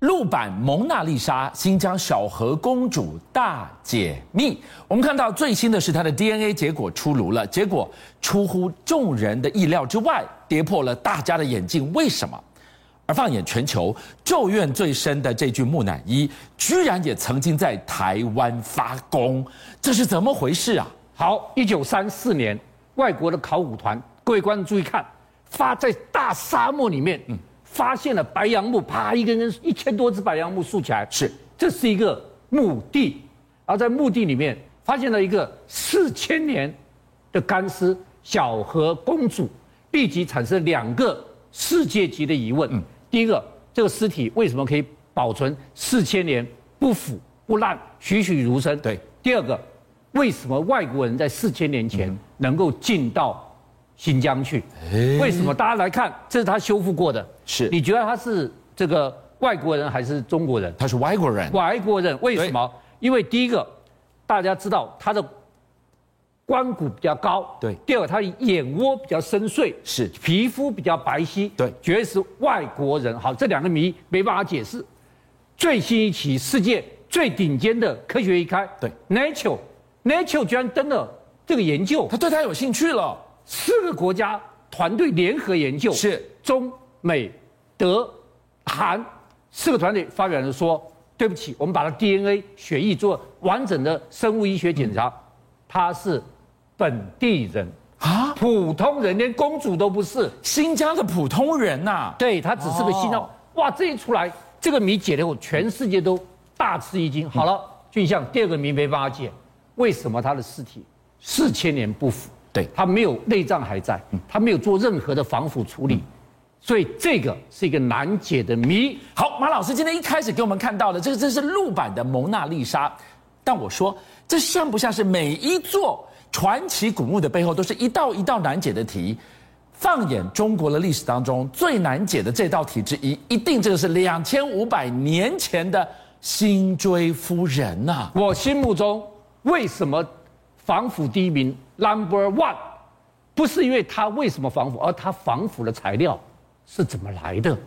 陆版《蒙娜丽莎》新疆小河公主大解密。我们看到最新的是它的 DNA 结果出炉了，结果出乎众人的意料之外，跌破了大家的眼镜。为什么？而放眼全球，咒怨最深的这具木乃伊，居然也曾经在台湾发功，这是怎么回事啊？好，一九三四年，外国的考古团，各位观众注意看，发在大沙漠里面，嗯发现了白杨木，啪，一根根一千多只白杨木竖起来，是，这是一个墓地，而在墓地里面发现了一个四千年的干尸小河公主，立即产生两个世界级的疑问。嗯第一个，这个尸体为什么可以保存四千年不腐不烂、栩栩如生？对。第二个，为什么外国人在四千年前能够进到新疆去？为什么？大家来看，这是他修复过的。是你觉得他是这个外国人还是中国人？他是外国人，外国人为什么？因为第一个，大家知道他的髋骨比较高，对第二个，他的眼窝比较深邃，是皮肤比较白皙，对绝对是外国人。好，这两个谜没办法解释。最新一期世界最顶尖的科学一刊，对，Nature Nature 居然登了这个研究，他对他有兴趣了。四个国家团队联合研究，是中美德韩四个团队发表人说，对不起，我们把它 DNA 血液做完整的生物医学检查，他是本地人啊普通人连公主都不是，新疆的普通人呐、对他只是个新疆。哦哇，这一出来，这个谜解了以后，全世界都大吃一惊。好了，嗯俊相，第二个谜没办法解，为什么他的尸体四千年不腐？对嗯他没有内脏还在，他没有做任何的防腐处理，所以这个是一个难解的谜。好，马老师今天一开始给我们看到的，这个这是陆版的《蒙娜丽莎》，但我说这像不像是每一座传奇古墓的背后都是一道一道难解的题？放眼中国的历史当中，最难解的这道题之一，一定这个是两千五百年前的辛追夫人呐、我心目中为什么防腐第一名 number one，不是因为它为什么防腐，而它防腐的材料是怎么来的，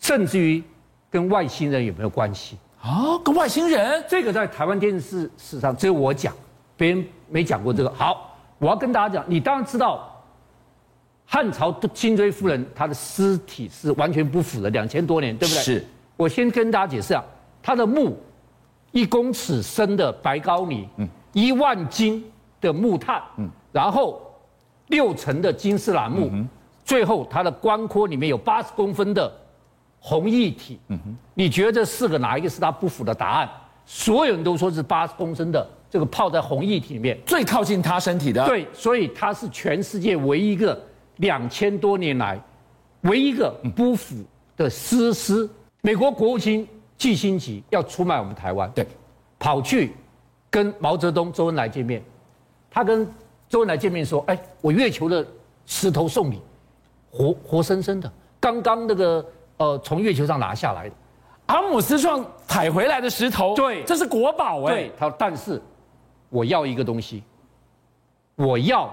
甚至于跟外星人有没有关系？啊，个外星人这个在台湾电视史上只有我讲，别人没讲过这个。好，我要跟大家讲，你当然知道，汉朝辛追夫人她的尸体是完全不腐的，两千多年，对不对？是。我先跟大家解释啊，她的墓一公尺深的白膏泥，一万斤的木炭，然后六层的金丝楠木，最后它的棺椁里面有八十公分的红液体。你觉得这四个哪一个是它不符的答案？所有人都说是八十公升的这个泡在红液体里面。最靠近他身体的，，对，所以它是全世界唯一一个两千多年来唯一一个不腐的私尸。美国国务卿基辛吉要出卖我们台湾，对，跑去跟毛泽东、周恩来见面。他跟周恩来见面说：“哎，我月球的石头送你，活活生生的，刚刚那个呃从月球上拿下来的。”阿姆斯壮采回来的石头，对这是国宝哎、对，他说但是我要一个东西，我要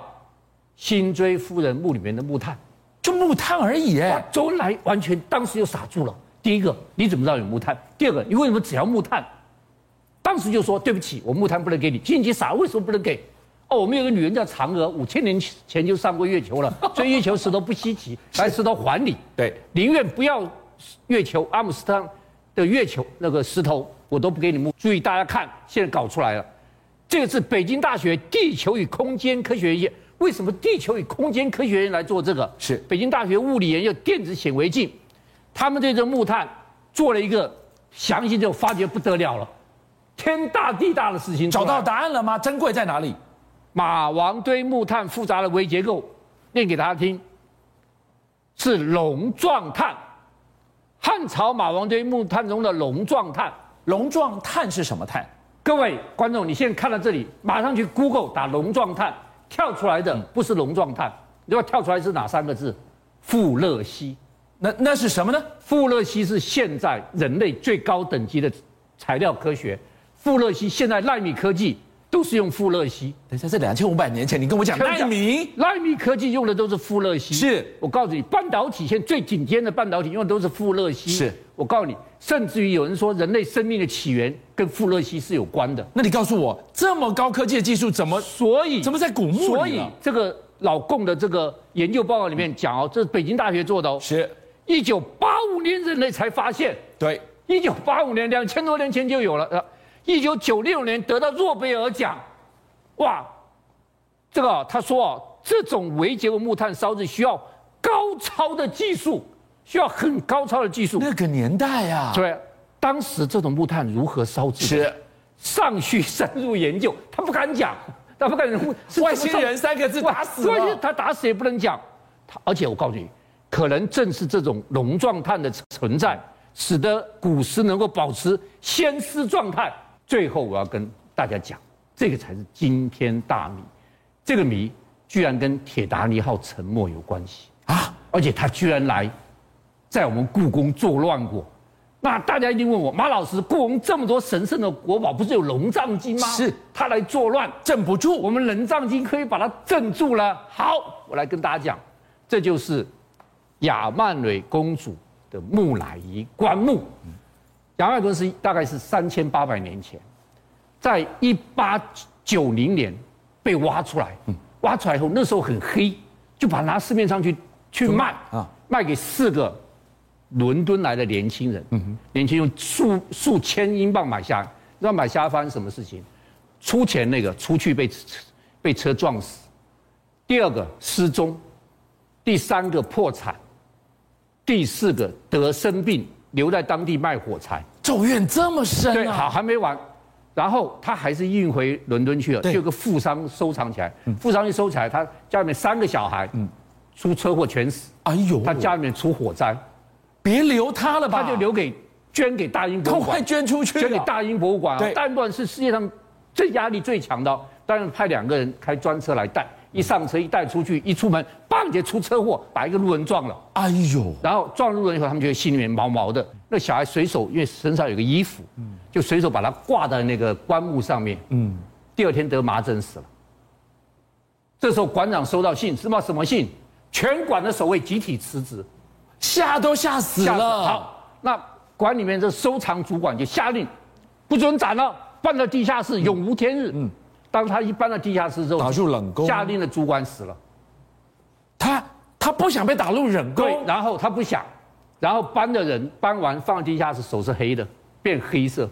辛追夫人墓里面的木炭。就木炭而已哎、哇周恩来完全当时就傻住了。第一个，你怎么知道有木炭？第二个，你为什么只要木炭？当时就说对不起，我木炭不能给你。心急傻，为什么不能给？哦，我们有个女人叫嫦娥，五千年前就上过月球了，所以月球石头不稀奇，来石头还你。对，宁愿不要月球阿姆斯特朗的月球那个石头，我都不给你木。注意大家看，现在搞出来了，这个是北京大学地球与空间科学院。为什么地球与空间科学院来做这个？是北京大学物理研究电子显微镜，他们对这木炭做了一个详细，就发觉不得了了，天大地大的事情出找来了，到答案了吗？珍贵在哪里？马王堆木炭复杂的微结构，念给大家听，是龙状炭。汉朝马王堆木炭中的龙状炭，龙状炭是什么炭？各位观众，你现在看到这里，马上去 Google 打龙状炭，跳出来的不是龙状炭，你知道跳出来是哪三个字？富勒烯。那那是什么呢？富勒烯是现在人类最高等级的材料科学，富勒烯现在纳米科技都是用富勒烯。等一下，这两千五百年前你跟我讲纳米，纳米科技用的都是富勒烯。是我告诉你，半导体现在最顶尖的半导体用的都是富勒烯。是我告诉你，甚至于有人说人类生命的起源跟富勒烯是有关的。那你告诉我，这么高科技的技术怎么所以怎么在古墓里啊所以这个老共的这个研究报告里面讲哦，这是北京大学做的哦，学？一九八五年人类才发现，对，一九八五年两千多年前就有了，呃，一九九六年得到诺贝尔奖，哇，这个啊、他说啊，这种微结构木炭烧制需要高超的技术，需要很高超的技术，那个年代啊，对，当时这种木炭如何烧制？是上去深入研究， 他不敢讲，他不敢是外星人三个字打死外星了人。他打死也不能讲。他而且我告诉你，可能正是这种龙状炭的存在，使得古诗能够保持先诗状态。最后我要跟大家讲，这个才是惊天大谜，这个谜居然跟铁达尼号沉没有关系啊！而且他居然来在我们故宫作乱过。那大家一定问我，马老师，故宫这么多神圣的国宝，不是有龙藏经吗？是，他来作乱，镇不住。我们人藏经可以把它镇住了。好，我来跟大家讲，这就是亚曼蕊公主的木乃伊棺木。亚曼蕊是大概是三千八百年前，在一八九零年被挖出来，挖出来以后那时候很黑，就把它拿市面上去去卖啊啊，卖给四个伦敦来的年轻人，年轻人数数千英镑买下来，你知道买下来发生什么事情？出钱那个出去被车被车撞死，第二个失踪，第三个破产，第四个得生病留在当地卖火柴。咒怨这么深对，啊！好，还没完。然后他还是运回伦敦去了，对嗯就有个富商收藏起来。富商一收起来，他家里面三个小孩，出车祸全死，哎呦，他家里面出火灾，别留他了吧？他就留给捐给大英博赶物快馆，捐出去了，捐给大英博物馆啊对！大英博物馆是世界上最压力最强的哦，当然派两个人开专车来带，嗯一上车一带出去，一出门，砰就出车祸，把一个路人撞了。哎呦，然后撞入人以后，他们觉得心里面毛毛的。那小孩随手，因为身上有个衣服，就随手把它挂在那个棺木上面。嗯，第二天得麻疹死了。这时候馆长收到信，知道什么信？全馆的守卫集体辞职，吓都吓死吓死了。好，那馆里面的收藏主管就下令，不准展了，搬到地下室，永无天日。嗯，当他一搬到地下室之后，打入冷宫下令的主管死了。他他不想被打入冷对，宫，然后他不想，然后搬的人搬完放地下室，手是黑的，变黑色。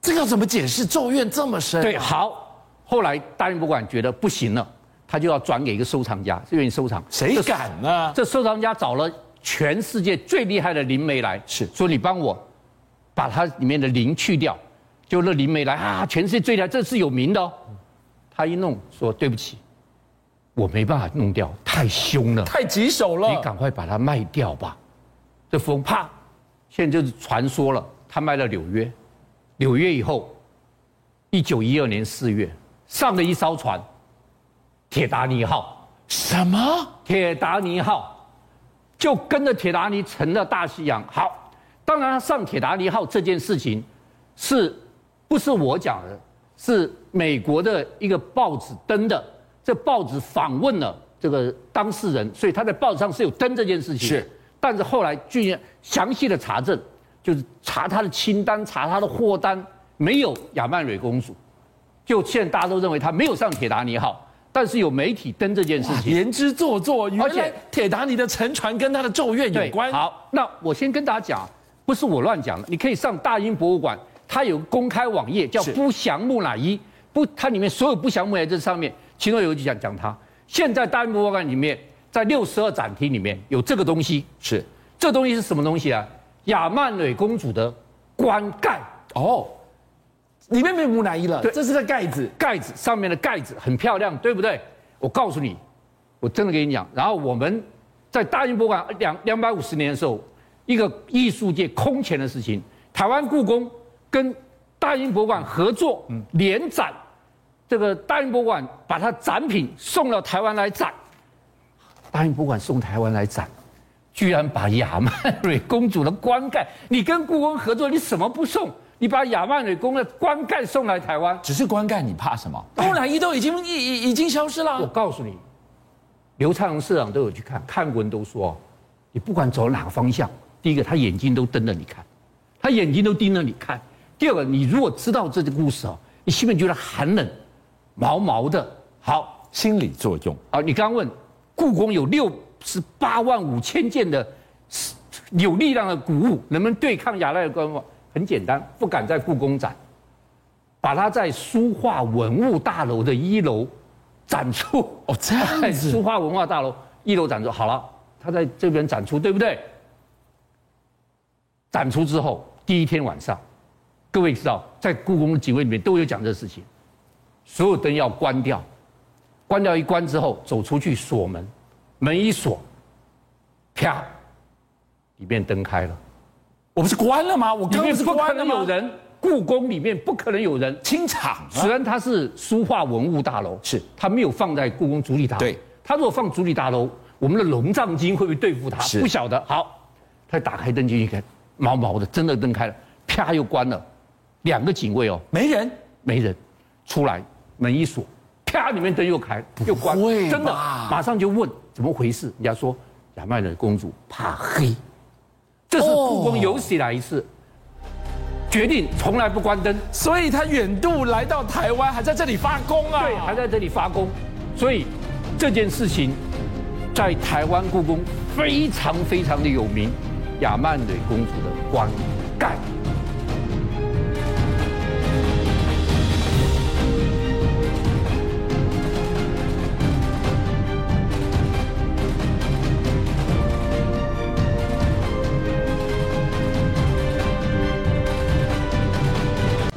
这个要怎么解释？咒怨这么深，对，，好，后来大英博物馆觉得不行了，他就要转给一个收藏家，愿意收藏。谁这敢呢？这收藏家找了全世界最厉害的灵媒来，是说你帮我把它里面的灵去掉，就那灵媒来啊，全世界最厉害，这是有名的哦。他一弄说对不起，我没办法弄掉，太凶了。太棘手你了。赶快把它卖掉吧。这风啪，现在就是传说了，他卖到纽约，纽约以后，一九一二年四月上了一艘船，铁达尼号，什么？铁达尼号就跟着铁达尼沉了大西洋。好，当然上铁达尼号这件事情是不是我讲的？是美国的一个报纸登的，这报纸访问了这个当事人，所以他在报纸上是有登这件事情。是，但是后来居然详细的查证，就是查他的清单，查他的货单，没有亚曼蕊公主。就现在大家都认为他没有上铁达尼号，但是有媒体登这件事情，言之做作，原而来且铁达尼的沉船跟他的咒怨有对，关。，好，那我先跟大家讲，不是我乱讲的，你可以上大英博物馆，它有公开网页叫是“不祥木乃伊”，不，它里面所有不祥木乃伊这上面，其中有一集讲讲它。现在大英博物馆里面，在六十二展厅里面有这个东西，是这东西是什么东西啊？亚曼蕊公主的棺盖。哦，里面没有木乃伊了，对这是个盖子。盖子上面的盖子很漂亮，对不对？我告诉你，我真的给你讲。然后我们在大英博物馆两两百五十年的时候，一个艺术界空前的事情，台湾故宫跟大英博物馆合作联展，这个大英博物馆把它展品送到台湾来展，大英博物馆送台湾来展。居然把亚曼蕊公主的棺盖，你跟故宫合作，你什么不送？你把亚曼蕊公主的棺盖送来台湾，只是棺盖，你怕什么？哦木乃伊都已 经已已已经消失我了。告诉你，刘灿荣市长都有去看，看过人都说，你不管走哪个方向，第一个，他眼睛都瞪着你看，他眼睛都盯着你看；第二个，你如果知道这个故事哦，你心里面觉得寒冷、毛毛的。好，心理作用。好，你刚刚问，故宫有六十八万五千件的有力量的古物，能不能对抗雅赖官吗？很简单，不敢在故宫展，把它在书画文物大楼的一楼展出。哦，这样哎书子，画文化大楼一楼展出好了，他在这边展出，对不对？展出之后，第一天晚上，各位知道，在故宫的几位里面都有讲这事情，所有灯要关掉，关掉一关之后，走出去锁门，门一锁，啪，里面灯开了，我不是关了吗？我里刚刚面不是不可关了能吗有，人，故宫里面不可能有人，清场啊虽然它是书画文物大楼，是它没有放在故宫主礼大楼。对，它如果放主礼大楼，我们的龙藏经会不会对付它？是不晓得。好，他打开灯进去看，毛毛的，真的灯开了，啪又关了，两个警卫哦，没人。没人，出来门一锁，啪里面灯又开又关不会，吧真的，马上就问怎么回事？人家说亚麦人公主怕黑，这是故哦宫有史以来一次。决定从来不关灯，所以他远渡来到台湾，还在这里发功啊！对，还在这里发功，所以这件事情在台湾故宫非常非常的有名，亚曼蕊公主的棺盖。